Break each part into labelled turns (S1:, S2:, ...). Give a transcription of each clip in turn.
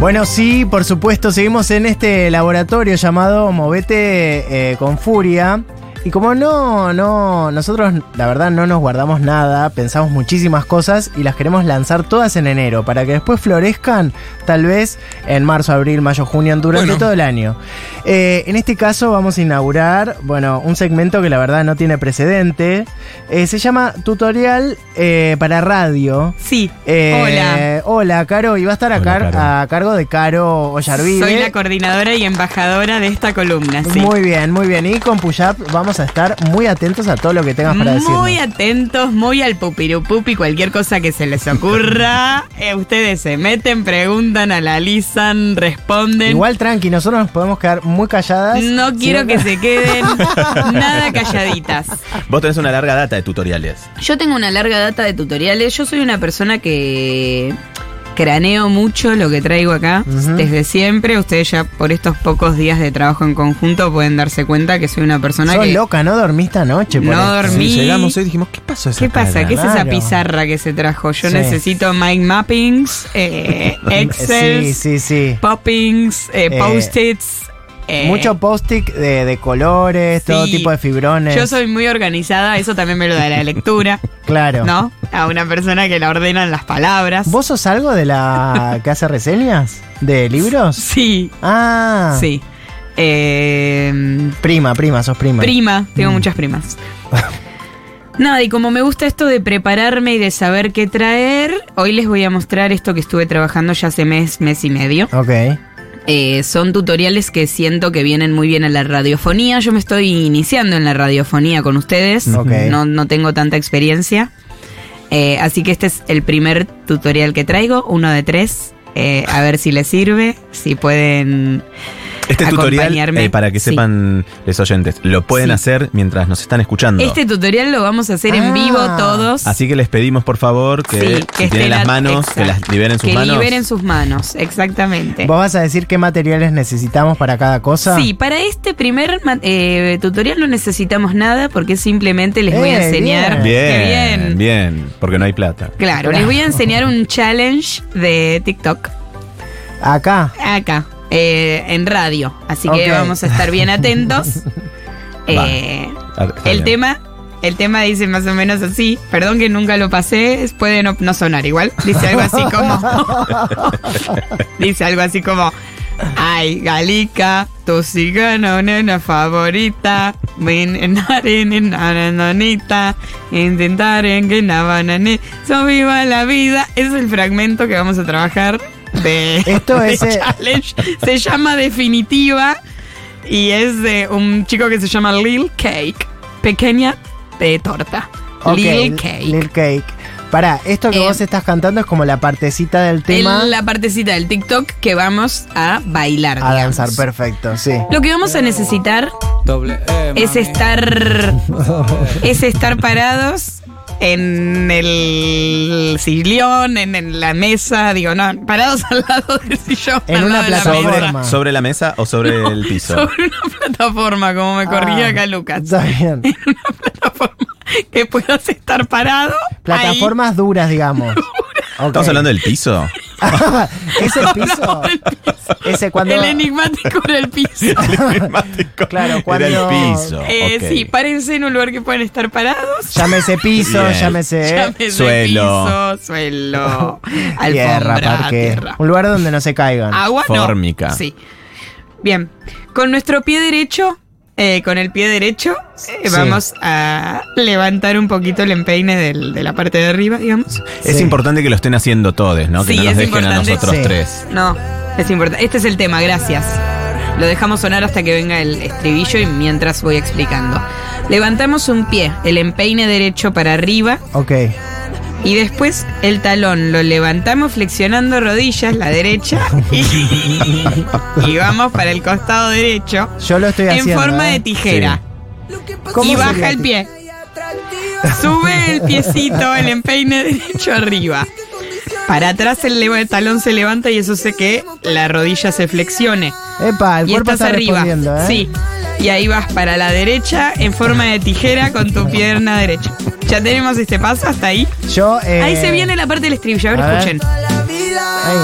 S1: Bueno, sí, por supuesto, seguimos en este laboratorio llamado Movete eh, con Furia. Y como no, no, nosotros la verdad no nos guardamos nada, pensamos muchísimas cosas y las queremos lanzar todas en enero para que después florezcan tal vez en marzo, abril, mayo, junio, durante
S2: Bueno.
S1: todo el año. Eh, en este caso vamos a inaugurar, bueno, un segmento que la verdad no tiene precedente. Eh, se llama Tutorial eh, para Radio.
S3: Sí.
S1: Eh, hola. Caro. Y va a estar a,
S4: Hola,
S1: car-
S4: Caro.
S1: a cargo de Caro
S3: Hola.
S1: Ollarvide.
S3: Soy la coordinadora y embajadora de esta columna. Sí.
S1: Muy bien, muy bien. Y con Puyap vamos a estar muy atentos a todo lo que tengas para decir.
S3: Muy atentos, muy al pupirupupi, cualquier cosa que se les ocurra. eh, ustedes se meten, preguntan, analizan, responden.
S1: Igual tranqui, nosotros nos podemos quedar muy calladas. eh,
S3: no
S1: Si
S3: quiero que se queden nada calladitas.
S4: Vos tenés una larga data de tutoriales.
S3: Yo tengo una larga data de tutoriales. Yo soy una persona que craneo mucho lo que traigo acá
S1: Ujú.
S3: desde siempre. Ustedes ya por estos pocos días de trabajo en conjunto pueden darse cuenta que soy una persona
S1: Sos
S3: que
S1: loca, no dormiste anoche. por
S3: no
S1: esto.
S3: dormí.
S4: llegamos hoy dijimos, ¿qué pasó esa
S3: ¿Qué pasa?
S4: cara?
S3: ¿Qué es esa
S1: Claro.
S3: pizarra que se trajo? Yo
S1: Sí.
S3: necesito mind mappings, eh, Excel,
S1: Sí, sí, sí.
S3: poppings, eh,
S1: Eh,
S3: post-its. eh,
S1: Mucho post-it de, de colores, todo
S3: Sí.
S1: tipo de fibrones.
S3: Yo soy muy organizada, eso también me lo da la lectura,
S1: Claro.
S3: ¿no? A una persona que la ordenan las palabras.
S1: ¿Vos sos algo de la que hace reseñas? ¿De libros?
S3: Sí,
S1: Ah.
S3: sí. Eh,
S1: Prima, prima, sos prima.
S3: prima, tengo
S1: Mm.
S3: muchas primas. Nada, y como me gusta esto de prepararme y de saber qué traer, hoy les voy a mostrar esto que estuve trabajando ya hace mes, mes y medio.
S1: Ok.
S3: Eh, son tutoriales que siento que vienen muy bien a la radiofonía. Yo me estoy iniciando en la radiofonía con ustedes.
S1: Ok.
S3: No, no tengo tanta experiencia. Eh, así que este es el primer tutorial que traigo, uno de tres. Eh, a ver si les sirve, si pueden...
S4: Este tutorial,
S3: Acompañarme.
S4: eh, para que
S3: Sí.
S4: sepan los oyentes, lo pueden
S3: Sí.
S4: hacer mientras nos están escuchando.
S3: Este tutorial lo vamos a hacer
S1: Ah.
S3: en vivo todos.
S4: Así que les pedimos, por favor, que,
S3: Sí,
S4: si
S3: estén
S4: tienen las
S3: at-
S4: manos,
S3: exacto.
S4: que las liberen sus
S3: Que
S4: manos.
S3: liberen sus manos, exactamente.
S1: ¿Vos vas a decir qué materiales necesitamos para cada cosa?
S3: este. Sí, para este primer ma- eh, tutorial no necesitamos nada porque simplemente les voy a
S1: Eh,
S3: enseñar... ¡Qué
S4: Bien, bien, porque no hay plata.
S3: Claro, les voy a enseñar un challenge de TikTok
S1: Acá.
S3: acá, eh, en radio. Así
S1: Ok.
S3: que vamos a estar bien atentos. Eh,
S4: Ah, está
S3: el
S4: bien.
S3: tema. El tema dice más o menos así, perdón que nunca lo pasé, es- puede no, no sonar igual, dice algo así como, dice algo así como, ay, Galica, tu cigano, nena favorita, nanita, intentar en que na banane, so viva la vida, es el fragmento que vamos a trabajar de
S1: Esto
S3: de
S1: es, eh,
S3: challenge, se llama definitiva. Y es de un chico que se llama Lil Cake. Pequeña de torta.
S1: Ok,
S3: Lil Cake.
S1: Lil Cake. Pará, esto que
S3: Eh,
S1: vos estás cantando es como la partecita del tema
S3: Es la partecita del TikTok que vamos a bailar.
S1: a
S3: digamos.
S1: danzar. Perfecto, sí.
S3: Lo que vamos a necesitar es estar. es estar parados en el sillón, en, en la mesa, digo, no, parados al lado del sillón.
S1: En
S3: al
S1: una
S3: lado de la
S1: plataforma.
S3: mesa.
S1: Ah.
S4: ¿Sobre, sobre la mesa o sobre el piso?
S3: Sobre una plataforma, como me corría
S1: Ah,
S3: acá Lucas.
S1: Está bien.
S3: plataforma que puedas estar parado.
S1: Plataformas duras, digamos.
S4: ¿Estamos hablando del piso?
S1: de... Ese
S3: ahí.
S1: piso.
S3: No, el, piso.
S1: Ese cuando...
S3: El enigmático era el piso.
S1: Claro, cuando-
S4: Era el piso.
S3: Eh,
S4: ok.
S3: Sí, párense en un lugar que puedan estar parados.
S1: Llámese piso,
S4: Bien.
S1: llámese
S3: Llámese
S4: Suelo.
S3: Piso, suelo. Alfombra,
S1: tierra, parque.
S3: tierra. Ah.
S1: Un lugar donde no se caigan.
S3: Agua no.
S4: Fórmica.
S3: Sí. Bien. Con nuestro pie derecho, eh, con el pie derecho, eh,
S1: Sí.
S3: vamos a levantar un poquito el empeine del- de la parte de arriba, digamos.
S4: Es
S1: Sí.
S4: importante que lo estén haciendo todos, ¿no? Que
S3: Sí,
S4: no nos
S3: es
S4: dejen a
S3: importante.
S4: nosotros
S1: Sí.
S4: tres.
S3: No, es importante. Este es el tema, gracias. Lo dejamos sonar hasta que venga el estribillo y mientras voy explicando. Levantamos un pie, el empeine derecho para arriba
S1: Ok.
S3: y después el talón. Lo levantamos flexionando rodillas, la derecha, y, y vamos para el costado derecho
S1: Yo lo estoy
S3: en
S1: haciendo.
S3: forma
S1: ¿eh?
S3: de tijera.
S1: ¿Cómo
S3: Y
S1: sería
S3: baja el
S1: ti-
S3: pie. Sube el piecito, el empeine derecho arriba. Para atrás el leva- el talón se levanta y eso hace que la rodilla se flexione.
S1: Epa, el
S3: y
S1: cuerpo
S3: estás
S1: está
S3: arriba.
S1: respondiendo, ¿eh?
S3: Sí. Y ahí vas para la derecha en forma de tijera con tu pierna derecha. Ya tenemos este paso hasta ahí.
S1: Yo, eh,
S3: Ahí se viene la parte del estribillo. A ver,
S1: a ver.
S3: escuchen.
S1: ahí.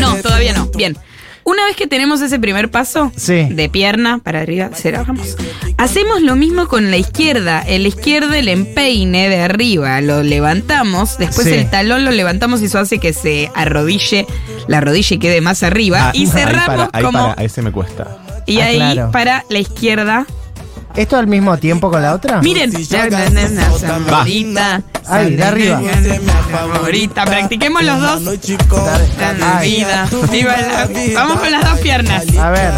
S3: No, todavía no. Bien. Una vez que tenemos ese primer paso
S1: Sí.
S3: de pierna para arriba, cerramos. Hacemos lo mismo con la izquierda. En la izquierda el empeine de arriba lo levantamos, después
S1: Sí.
S3: el talón lo levantamos y eso hace que se arrodille, la rodilla y quede más arriba.
S4: Ah,
S3: y cerramos
S2: ahí para, ahí
S3: como...
S2: para, ahí se me cuesta.
S3: Y
S1: Ah,
S3: ahí
S1: claro.
S3: para la izquierda.
S1: ¿Esto al mismo tiempo con la otra?
S3: Miren. Favorita.
S1: Ay, de arriba.
S3: Favorita. Practiquemos los dos.
S1: Ay.
S3: Vida. Viva la- Vamos con las dos piernas.
S1: A ver,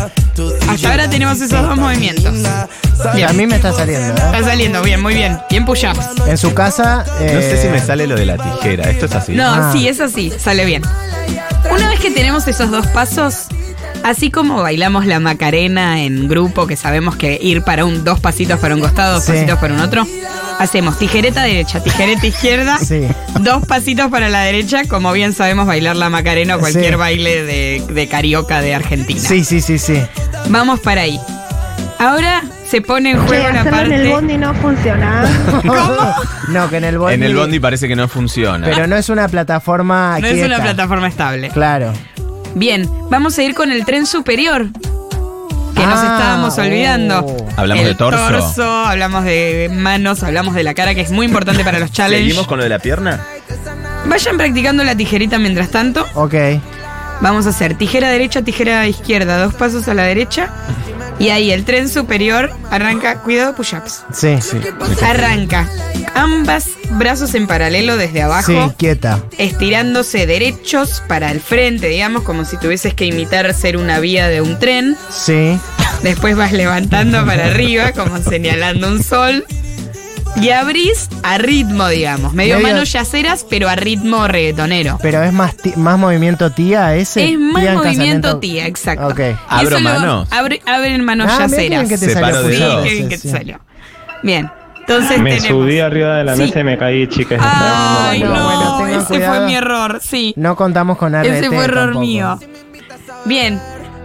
S3: Hasta ahora tenemos esos dos movimientos.
S1: a mí me está saliendo. ¿eh?
S3: Está saliendo bien, muy bien. Bien push ups.
S1: En su casa.
S2: No sé si
S1: eh,
S2: me sale lo de la tijera. Esto es así.
S3: No,
S1: Ah.
S3: sí, es así, sale bien. Una vez que tenemos esos dos pasos, así como bailamos la Macarena en grupo, que sabemos que ir para un dos pasitos para un costado, dos
S1: Sí.
S3: pasitos para un otro, hacemos tijereta derecha, tijereta izquierda,
S1: Sí.
S3: dos pasitos para la derecha, como bien sabemos bailar la Macarena o cualquier
S1: Sí.
S3: baile de, de carioca de Argentina.
S1: Sí, sí, sí, sí.
S3: Vamos para ahí. Ahora se pone en
S5: Che,
S3: juego la
S5: hacerlo en el
S3: parte.
S5: bondi no funciona.
S1: ¿Cómo? No, que en el bondi.
S4: En el bondi parece que no funciona.
S1: Pero no es una plataforma.
S3: No es
S1: quieta.
S3: una plataforma estable.
S1: Claro.
S3: Bien, vamos a ir con el tren superior. Que nos
S1: Ah,
S3: estábamos
S1: oh.
S3: olvidando.
S4: Hablamos
S3: El
S4: de torso.
S3: Hablamos de manos, hablamos de la cara, que es muy importante para los challenges.
S2: ¿Seguimos con lo de la pierna?
S3: Vayan practicando la tijerita mientras tanto.
S1: Ok.
S3: Vamos a hacer tijera derecha, tijera izquierda, dos pasos a la derecha. Y ahí el tren superior arranca, cuidado, push-ups.
S1: Sí. Sí,
S3: Arranca. Ambas brazos en paralelo desde abajo.
S1: quieta.
S3: Estirándose derechos para el frente, digamos, como si tuvieses que imitar ser una vía de un tren.
S1: Sí.
S3: Después vas levantando para arriba, como señalando un sol. Y abrís a ritmo, digamos. Medio,
S1: Medio-
S3: manos yaceras, pero a ritmo reggaetonero.
S1: Pero es más, ti- más movimiento tía ese.
S3: es más
S1: Tía en
S3: movimiento
S1: casamiento.
S3: tía, exacto.
S1: Ok.
S3: Y
S4: ¿Abro
S3: eso lo-
S4: manos?
S3: abre- abren manos
S1: Ah, mirá qué bien
S3: yaceras.
S1: que te
S4: Separo
S1: salió,
S4: de
S3: Sí,
S1: Julio.
S4: dos.
S3: qué bien que te salió. Bien. Entonces
S6: Me
S3: tenemos-
S6: subí arriba de la
S3: Sí.
S6: mesa y me caí, chicas.
S3: Ay,
S1: No,
S3: no,
S1: bueno, tengan
S3: ese
S1: cuidado.
S3: fue mi error, sí.
S1: No contamos con RT.
S3: Ese fue error
S1: tampoco.
S3: mío. Bien,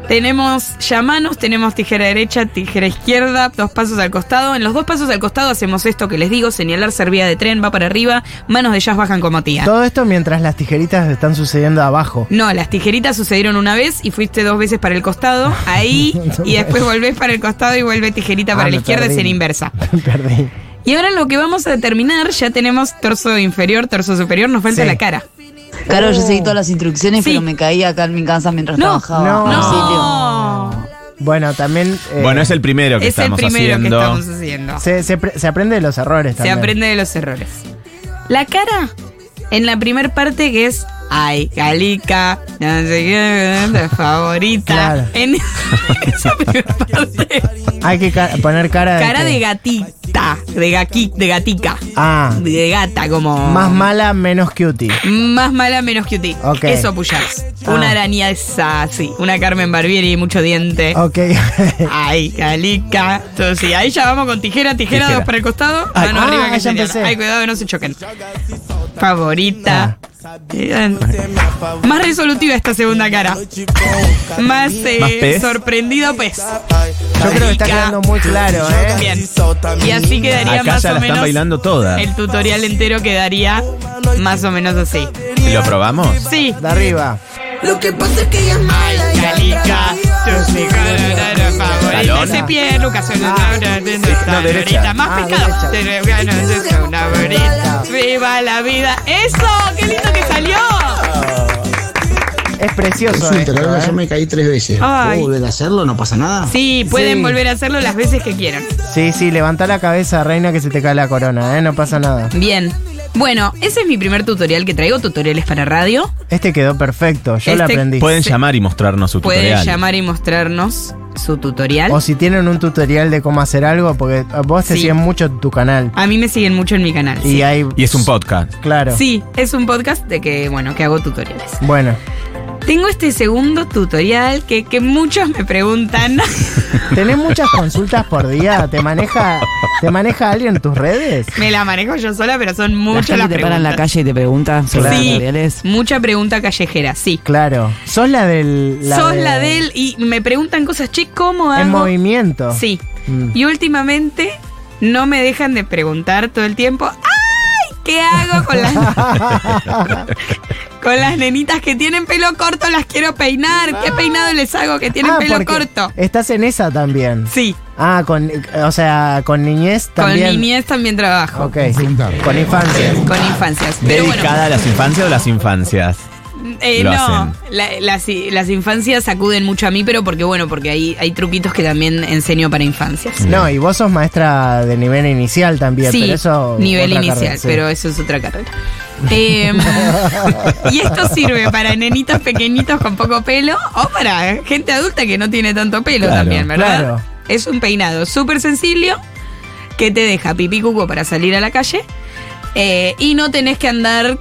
S3: tenemos ya manos, tenemos tijera derecha, tijera izquierda, dos pasos al costado. En los dos pasos al costado hacemos esto que les digo, señalar servía de tren, va para arriba, manos de jazz bajan como tía.
S1: Todo esto mientras las tijeritas están sucediendo abajo.
S3: No, las tijeritas sucedieron una vez y fuiste dos veces para el costado, ahí, y después volvés para el costado y vuelve tijerita
S1: Ah,
S3: para la
S1: me
S3: izquierda y
S1: perdí.
S3: en inversa.
S1: Perdí.
S3: Y ahora lo que vamos a determinar, ya tenemos torso inferior, torso superior, nos falta
S1: Sí.
S3: la cara.
S7: Claro, yo seguí todas las instrucciones,
S3: Oh. Sí.
S7: pero me caí acá en mi casa mientras
S3: No,
S7: trabajaba.
S1: no.
S7: en el sitio.
S3: No,
S1: Bueno, también. eh,
S4: bueno, es el primero que
S3: es el
S4: estamos
S3: primero
S4: haciendo.
S3: que estamos haciendo.
S1: se, se pre- se aprende de los errores
S3: Se
S1: también.
S3: aprende de los errores. La cara, en la primer parte que es, ay, calica, no sé qué, la favorita.
S1: Claro.
S3: En esa primer parte,
S1: Hay que ca- poner cara de.
S3: cara
S1: que-
S3: de gatita, de, gaqui, de gatica,
S1: Ah.
S3: de gata, como...
S1: Más mala, menos cutie.
S3: Más mala, menos cutie.
S1: Ok.
S3: Eso, push-ups.
S1: Ah.
S3: Una araña esa, sí. Una Carmen Barbieri, mucho diente.
S1: Ok.
S3: Ay, calica. Entonces, sí, ahí ya vamos con tijera, tijera,
S4: Tijera.
S3: dos para el costado.
S1: Ay,
S3: mano
S1: ah,
S3: arriba
S1: ya
S3: que serían.
S1: empecé.
S3: Ay, cuidado que no se choquen. Favorita. Eh, Más resolutiva esta segunda cara. Más, eh,
S4: Más pez.
S3: sorprendido pez.
S1: Yo creo que está
S3: Calica.
S1: quedando muy claro, ¿eh?
S3: Bien. Y así quedaría
S4: Acá
S3: más
S4: ya
S3: o
S4: la están
S3: menos.
S4: bailando todas.
S3: El tutorial entero quedaría más o menos así.
S4: ¿Lo probamos?
S3: Sí.
S1: De arriba.
S3: Calica. tu psicóloga favorita.
S4: Talona.
S3: Ese pie, Lucas.
S4: no, derecha.
S3: Ahorita más
S1: Ah,
S3: pescado. Te regalo, es una bonita. ¡Viva la vida! ¡Eso! ¡Qué lindo que salió!
S1: Es precioso.
S8: Es un
S1: esto,
S8: terror,
S1: ¿eh?
S8: yo me caí tres veces.
S3: Ay.
S8: ¿Puedo volver a hacerlo? ¿No pasa nada?
S3: Sí, pueden
S1: Sí.
S3: volver a hacerlo las veces que quieran.
S1: Sí, sí, levanta la cabeza, reina, que se te cae la corona, ¿eh? No pasa nada.
S3: Bien. Bueno, ese es mi primer tutorial que traigo, tutoriales para radio.
S1: Este quedó perfecto, yo lo
S3: Este-
S1: aprendí.
S4: Pueden llamar y mostrarnos su
S3: Pueden
S4: tutorial.
S3: llamar y mostrarnos su
S1: O
S3: tutorial.
S1: si tienen un tutorial de cómo hacer algo, porque vos te
S3: Sí.
S1: siguen mucho tu canal.
S3: A mí me siguen mucho en mi canal.
S1: Y
S3: Sí,
S1: hay.
S4: Y es un podcast.
S1: Claro.
S3: Sí, es un podcast de que, bueno, que hago tutoriales.
S1: Bueno,
S3: Tengo este segundo tutorial que, que muchos me preguntan.
S1: ¿tenés muchas consultas por día? ¿Te maneja, ¿te maneja alguien en tus redes?
S3: me la manejo yo sola, pero son muchas
S7: la
S3: las
S7: gente te para
S3: preguntas.
S7: en la calle y te pregunta sobre
S1: Claro.
S7: los
S3: Sí,
S7: tutoriales.
S3: mucha pregunta callejera, sí.
S1: Claro. Sos la del.
S3: Sos
S1: de-
S3: la de él y me preguntan cosas, che, ¿cómo
S1: En
S3: hago?
S1: movimiento.
S3: Sí.
S1: Mm.
S3: Y últimamente no me dejan de preguntar todo el tiempo, ¡ay! ¿Qué hago con las Con las nenitas que tienen pelo corto las quiero peinar. ¿Qué peinado les hago que tienen
S1: Ah,
S3: pelo
S1: porque
S3: corto?
S1: Estás en esa también.
S3: Sí,
S1: Ah, con, o sea, con niñez también.
S3: con niñez también trabajo.
S1: Ok. Con infancia.
S3: Con infancias. Pero bueno,
S4: ¿Dedicada a las infancias o las infancias?
S3: Eh,
S4: Lo
S3: no,
S4: hacen.
S3: la- las, las infancias acuden mucho a mí, pero porque bueno, porque hay, hay truquitos que también enseño para infancias.
S1: No, y vos sos maestra de nivel inicial también,
S3: sí,
S1: pero eso.
S3: nivel
S1: otra
S3: inicial,
S1: carrera, sí.
S3: pero eso es otra carrera. Eh, y esto sirve para nenitos pequeñitos con poco pelo o para gente adulta que no tiene tanto pelo
S4: Claro,
S3: también, ¿verdad?
S1: claro.
S3: Es un peinado súper sencillo que te deja pipí cuco para salir a la calle eh, y no tenés que andar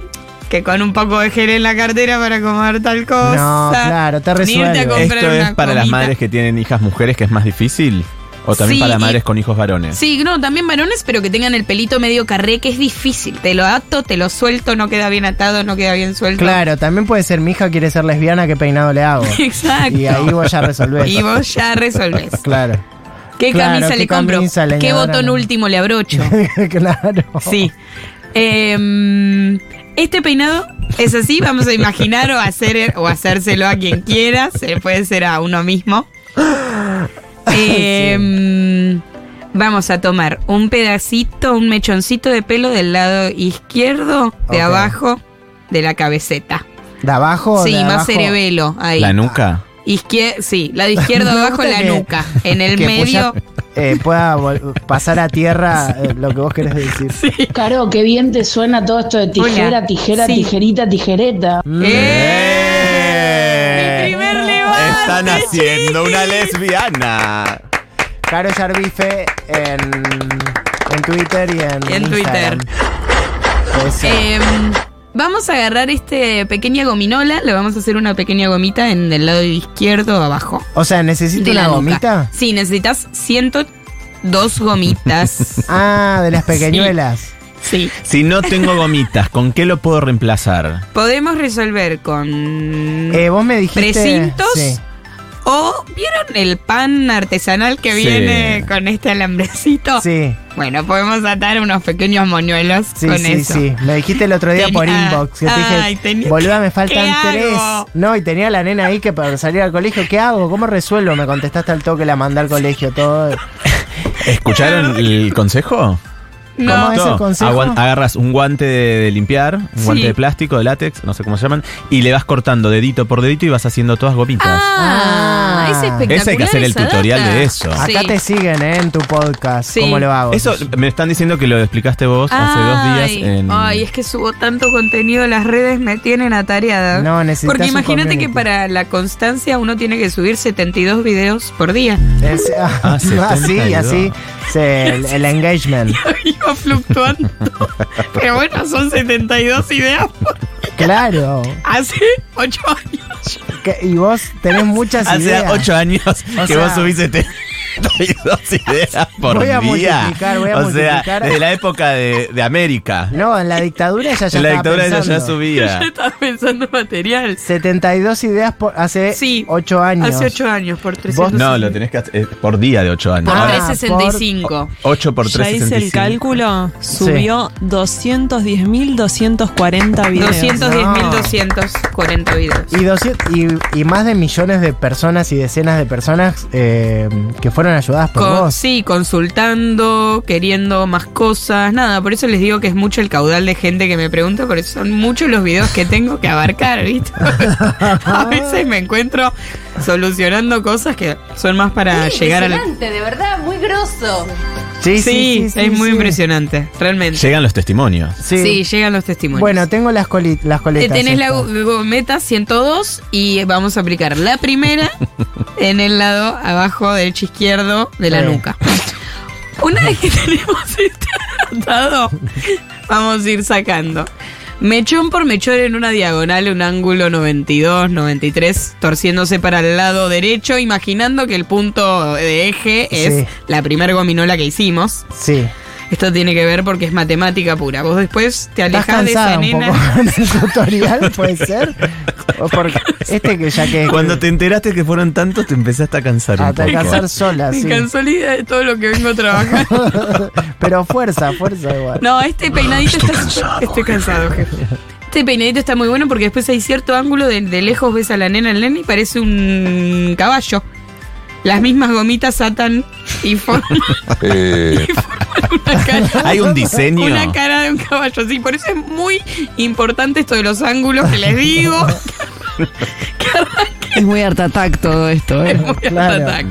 S3: que con un poco de gel en la cartera para comer tal cosa.
S1: No, claro, te
S3: ni irte a
S1: resuelve.
S3: comprar
S4: ¿Esto
S3: una
S4: es para las
S3: comida.
S4: madres que tienen hijas mujeres que es más difícil? ¿O también
S3: Sí,
S4: para
S3: y-
S4: madres con hijos varones?
S3: Sí, no, también varones, pero que tengan el pelito medio carré, que es difícil. Te lo ato, te lo suelto, no queda bien atado, no queda bien suelto.
S1: Claro, también puede ser mi hija quiere ser lesbiana, ¿qué peinado le hago?
S3: Exacto.
S1: y ahí vos ya resolvés.
S3: Y vos ya resolvés.
S1: Claro.
S3: ¿Qué
S1: Claro,
S3: camisa
S1: ¿qué
S3: le compro?
S1: camisa,
S3: ¿Qué
S1: leñadora?
S3: botón último le abrocho?
S1: claro.
S3: Sí. Eh, este peinado es así, vamos a imaginar o hacer o hacérselo a quien quiera, se puede ser a uno mismo. Eh, Vamos a tomar un pedacito, un mechoncito de pelo del lado izquierdo, de
S1: Ok.
S3: abajo de la cabeceta.
S1: ¿De abajo? o
S3: sí,
S1: de
S3: más
S1: abajo?
S3: cerebelo ahí.
S4: ¿La nuca?
S3: Izquier- sí, lado izquierdo
S1: Me
S3: abajo
S1: gusta
S3: la
S1: que-
S3: nuca. En el
S1: que
S3: medio.
S1: pueda- eh, pueda vol- pasar a tierra eh, lo que vos querés decir.
S5: Caro, qué bien te suena todo esto de tijera,
S3: Hola.
S5: tijera,
S3: Sí.
S5: tijerita, tijereta.
S1: Mm.
S3: ¡Eh! Mi primer levante,
S4: Están haciendo
S3: chiquis.
S4: una lesbiana.
S1: Caro Yarbife en, en Twitter y en,
S3: Y en
S1: Instagram. Eso.
S3: Em, vamos a agarrar este pequeña gominola, le vamos a hacer una pequeña gomita en el lado izquierdo abajo.
S1: o sea,
S3: de
S1: ¿necesito una
S3: la nuca.
S1: gomita?
S3: Sí, necesitas 102 gomitas.
S1: Ah, de las pequeñuelas.
S3: sí.
S4: Si no tengo gomitas, ¿con qué lo puedo reemplazar?
S3: Podemos resolver con...
S1: Eh, vos me dijiste.
S3: Mm. Precintos.
S1: Sí.
S3: o, ¿vieron el pan artesanal que
S4: Sí.
S3: viene con este alambrecito?
S1: Sí,
S3: Bueno, podemos atar unos pequeños moñuelos
S1: sí,
S3: con
S1: sí,
S3: eso.
S1: sí. Me dijiste el otro día por
S3: Tenía-
S1: inbox. Que te
S3: Ay,
S1: dije,
S3: tenía-
S1: boluda, me faltan
S3: ¿qué
S1: tres.
S3: hago?
S1: No, y tenía la nena ahí que para salir al colegio, ¿qué hago? ¿Cómo resuelvo? Me contestaste al toque, la mandé al colegio, todo.
S4: ¿Escucharon el consejo?
S1: ¿Cómo
S3: Ah. No,
S1: es el consejo?
S4: Aguan- agarras un guante de, de limpiar, un
S3: Sí.
S4: guante de plástico, de látex, no sé cómo se llaman, y le vas cortando dedito por dedito y vas haciendo todas gomitas.
S1: Ah.
S3: Ah, es espectacular.
S4: Ese hay que hacer el
S3: esa
S4: tutorial
S3: data.
S4: de eso.
S1: Acá
S3: Sí.
S1: te siguen, ¿eh? En tu podcast.
S3: Sí.
S1: ¿Cómo lo hago?
S4: Eso me están diciendo que lo explicaste vos hace
S3: Ay,
S4: dos días en.
S3: Ay, es que subo tanto contenido, las redes me tienen atareada.
S1: No, necesitas
S3: Porque
S1: un
S3: imagínate que
S1: community.
S3: para la constancia uno tiene que subir 72 videos por día.
S1: Es-
S4: Ah,
S1: así,
S4: 72.
S1: así. se- el, el engagement.
S3: Iba fluctuando. Pero bueno, son 72 ideas por-
S1: Claro.
S3: hace 8 años.
S1: Que- y vos tenés muchas
S4: Hace
S1: ideas.
S4: ocho años
S1: O
S4: que
S1: sea-
S4: vos subís 72 ideas por
S1: Voy a
S4: día.
S1: multiplicar, voy a
S4: o sea,
S1: multiplicar.
S4: desde la época de, de América.
S1: No, en la dictadura ya ya
S4: en
S1: estaba
S4: la dictadura ella ya
S1: pensando.
S4: subía.
S3: Estaba pensando en material.
S1: 72 ideas por- hace
S3: Sí,
S1: 8 años.
S3: Hace 8 años, por 300.
S1: Vos-
S4: No, lo tenés que hacer eh, por día de ocho años.
S3: Por
S1: Ah,
S4: Ahora,
S3: 365.
S4: Ocho por
S6: Ya hice el
S4: 365.
S6: cálculo, subió 210.240 videos.
S3: 210.240 videos.
S1: Y, 200 y, y más de millones de personas y decenas de personas eh, que fueron ayudadas por
S3: Con-
S1: vos.
S3: sí, consultando, queriendo más cosas, nada, por eso les digo que es mucho el caudal de gente que me pregunta, por eso son muchos los videos que tengo que abarcar, ¿viste? A veces me encuentro solucionando cosas que son más para Ah, llegar al...
S9: de verdad, muy grosso.
S3: Sí, es muy impresionante, realmente.
S4: Llegan los testimonios.
S1: Sí.
S3: Sí, llegan los testimonios.
S1: bueno, tengo las, coli- las
S3: Te
S1: coletas.
S3: Eh, tenés la
S1: estas.
S3: go- gometa 102 y vamos a aplicar la primera en el lado abajo del derecho izquierdo de la
S1: Sí.
S3: nuca. Una vez que tenemos este atado, vamos a ir sacando. Mechón por mechón en una diagonal, un ángulo 92, 93, torciéndose para el lado derecho, imaginando que el punto de eje es
S1: Sí.
S3: la primera gominola que hicimos.
S1: Sí.
S3: Esto tiene que ver porque es matemática pura. Vos después te
S1: ¿Estás
S3: alejás de
S1: cansada
S3: esa
S1: un
S3: nena.
S1: poco en el tutorial? ¿Puede ser? O porque este que ya que...
S4: Cuando te enteraste que fueron tantos, te empezaste a cansar.
S1: A
S4: un poco.
S1: alcanzar sola,
S3: Me
S1: sí.
S3: cansó la idea de todo lo que vengo trabajando.
S1: Pero fuerza, fuerza igual.
S3: No, este peinadito está. Estoy cansado, jefe. Este peinadito está muy bueno porque después hay cierto ángulo de, de lejos ves a la nena, el nene y parece un caballo. Las mismas gomitas atan y forman,
S10: Eh,
S3: y forman una cara.
S4: Hay un diseño.
S3: Una cara de un caballo, sí. Por eso es muy importante esto de los ángulos que les digo.
S7: Es muy hartatac todo esto, ¿eh?
S3: Muy
S1: Claro.
S3: atac.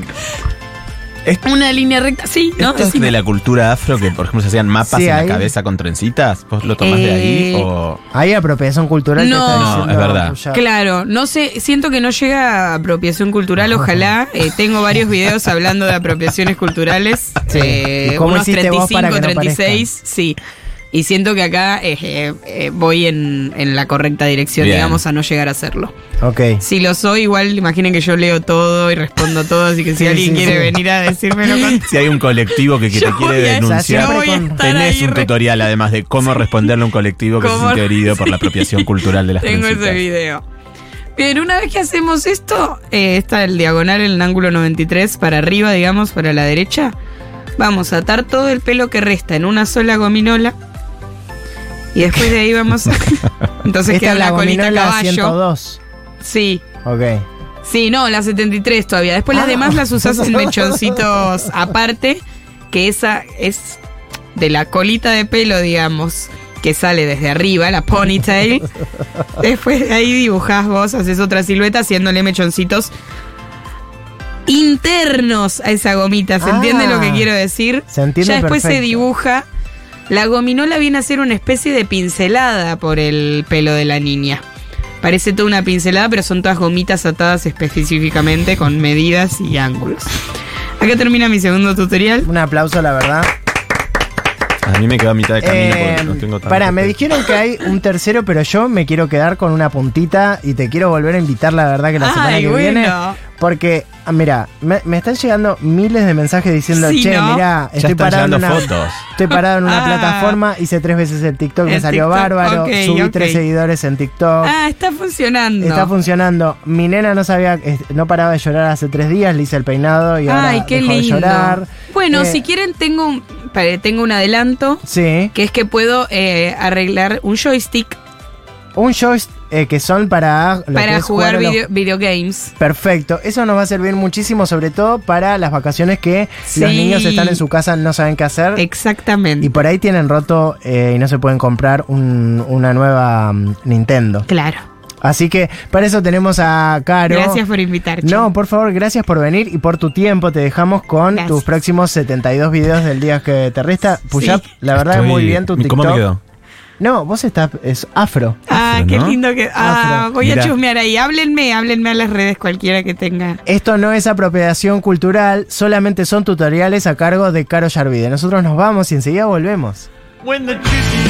S4: Es-
S3: Una línea recta, sí, ¿no?
S4: Esto es
S3: Decime.
S4: de la cultura afro que, por ejemplo, se hacían mapas
S1: Sí,
S4: en la
S1: ahí.
S4: cabeza con trencitas. ¿Vos lo tomás de ahí
S3: Eh,
S4: o.?
S1: Hay apropiación cultural
S3: No.
S1: que está
S3: No,
S1: diciendo
S4: es verdad.
S1: Puyar.
S3: Claro, no sé, siento que no llega a apropiación cultural, ojalá. Eh, tengo varios videos hablando de apropiaciones culturales.
S1: Sí.
S3: eh,
S1: ¿Y cómo
S3: unos
S1: hiciste
S3: 35,
S1: vos para que no
S3: 36, sí. Y siento que acá eh, eh, eh, voy en, en la correcta dirección,
S4: Bien.
S3: digamos, a no llegar a hacerlo.
S1: Ok.
S3: Si lo soy, igual imaginen que yo leo todo y respondo todo, así que si
S1: Sí,
S3: alguien
S1: sí,
S3: quiere
S1: sí.
S3: venir a decírmelo con...
S4: Si hay un colectivo que, que te
S3: Yo
S4: quiere
S3: voy a-
S4: denunciar,
S1: yo voy a
S3: estar
S4: tenés
S3: ahí
S4: un
S3: re-
S4: tutorial además de cómo responderle a un colectivo que se
S3: ¿Cómo?
S4: siente herido por la apropiación cultural de las
S3: Tengo ese
S4: trencitas.
S3: video. Bien, una vez que hacemos esto, eh, está el diagonal en el ángulo 93 para arriba, digamos, para la derecha. Vamos a atar todo el pelo que resta en una sola gominola. Y después de ahí vamos a... Entonces
S1: Esta
S3: queda
S1: es la
S3: la colita
S1: gominola
S3: caballo.
S1: 102.
S3: Sí.
S1: Ok.
S3: Sí, no, la 73 todavía. Después las demás las usas en mechoncitos aparte, que esa es de la colita de pelo, digamos, que sale desde arriba, la ponytail. Después de ahí dibujás vos, haces otra silueta haciéndole mechoncitos internos a esa gomita. ¿Se
S1: Ah.
S3: entiende lo que quiero decir?
S1: Se entiende
S3: Ya después se
S1: perfecto.
S3: dibuja. La gominola viene a ser una especie de pincelada por el pelo de la niña. Parece toda una pincelada, pero son todas gomitas atadas específicamente con medidas y ángulos. Acá termina mi segundo tutorial.
S1: Un aplauso, la verdad.
S4: A mí me quedó a mitad de camino porque
S1: Eh,
S4: no tengo tanto.
S1: pará, me dijeron que hay un tercero, pero yo me quiero quedar con una puntita y te quiero volver a invitar, la verdad, que la semana
S3: Ay,
S1: que
S3: bueno.
S1: viene. Porque, ah, mira, me, me están llegando miles de mensajes diciendo,
S3: Sí,
S1: che,
S3: ¿no?
S1: mira,
S4: Ya
S1: estoy
S4: están
S1: parado, en
S4: llegando
S1: una,
S4: fotos.
S1: estoy parado en una
S3: Ah.
S1: plataforma, hice tres veces el TikTok, me
S3: El
S1: salió
S3: TikTok,
S1: bárbaro,
S3: ok,
S1: subí
S3: ok.
S1: tres seguidores en TikTok.
S3: Ah, está funcionando.
S1: Oh. Está funcionando. Mi nena no sabía, eh, no paraba de llorar hace tres días, le hice el peinado y
S3: Ay,
S1: ahora
S3: qué
S1: dejó de
S3: lindo.
S1: llorar.
S3: Bueno,
S1: Eh,
S3: si quieren tengo un, pare, tengo un adelanto,
S1: Sí.
S3: que es que puedo eh, arreglar un joystick
S1: Un joystick eh, que son para lo que
S3: para
S1: es
S3: jugar
S1: a los-
S3: video, videogames.
S1: Perfecto, eso nos va a servir muchísimo, sobre todo para las vacaciones que
S3: Sí.
S1: los niños están en su casa, no saben qué hacer.
S3: Exactamente.
S1: Eh. y por ahí tienen roto eh, y no se pueden comprar un- una nueva mm, Nintendo.
S3: Claro.
S1: Así que para eso tenemos a Caro.
S3: Gracias por invitar.
S1: No, por favor, gracias por venir y por tu tiempo. Te dejamos con
S3: Gracias.
S1: tus próximos 72 videos del día que te resta. Puyap, la verdad
S4: Estoy-
S1: muy bien tu TikTok.
S4: ¿Cómo me quedó?
S1: No, vos estás es afro.
S3: Ah,
S4: Afro,
S3: qué
S4: ¿no?
S3: lindo que. Ah,
S1: Afro.
S3: voy
S4: Mirá.
S3: a chusmear ahí. Háblenme, háblenme a las redes cualquiera que tenga.
S1: Esto no es apropiación cultural, solamente son tutoriales a cargo de Caro Yarvide. Nosotros nos vamos y enseguida volvemos.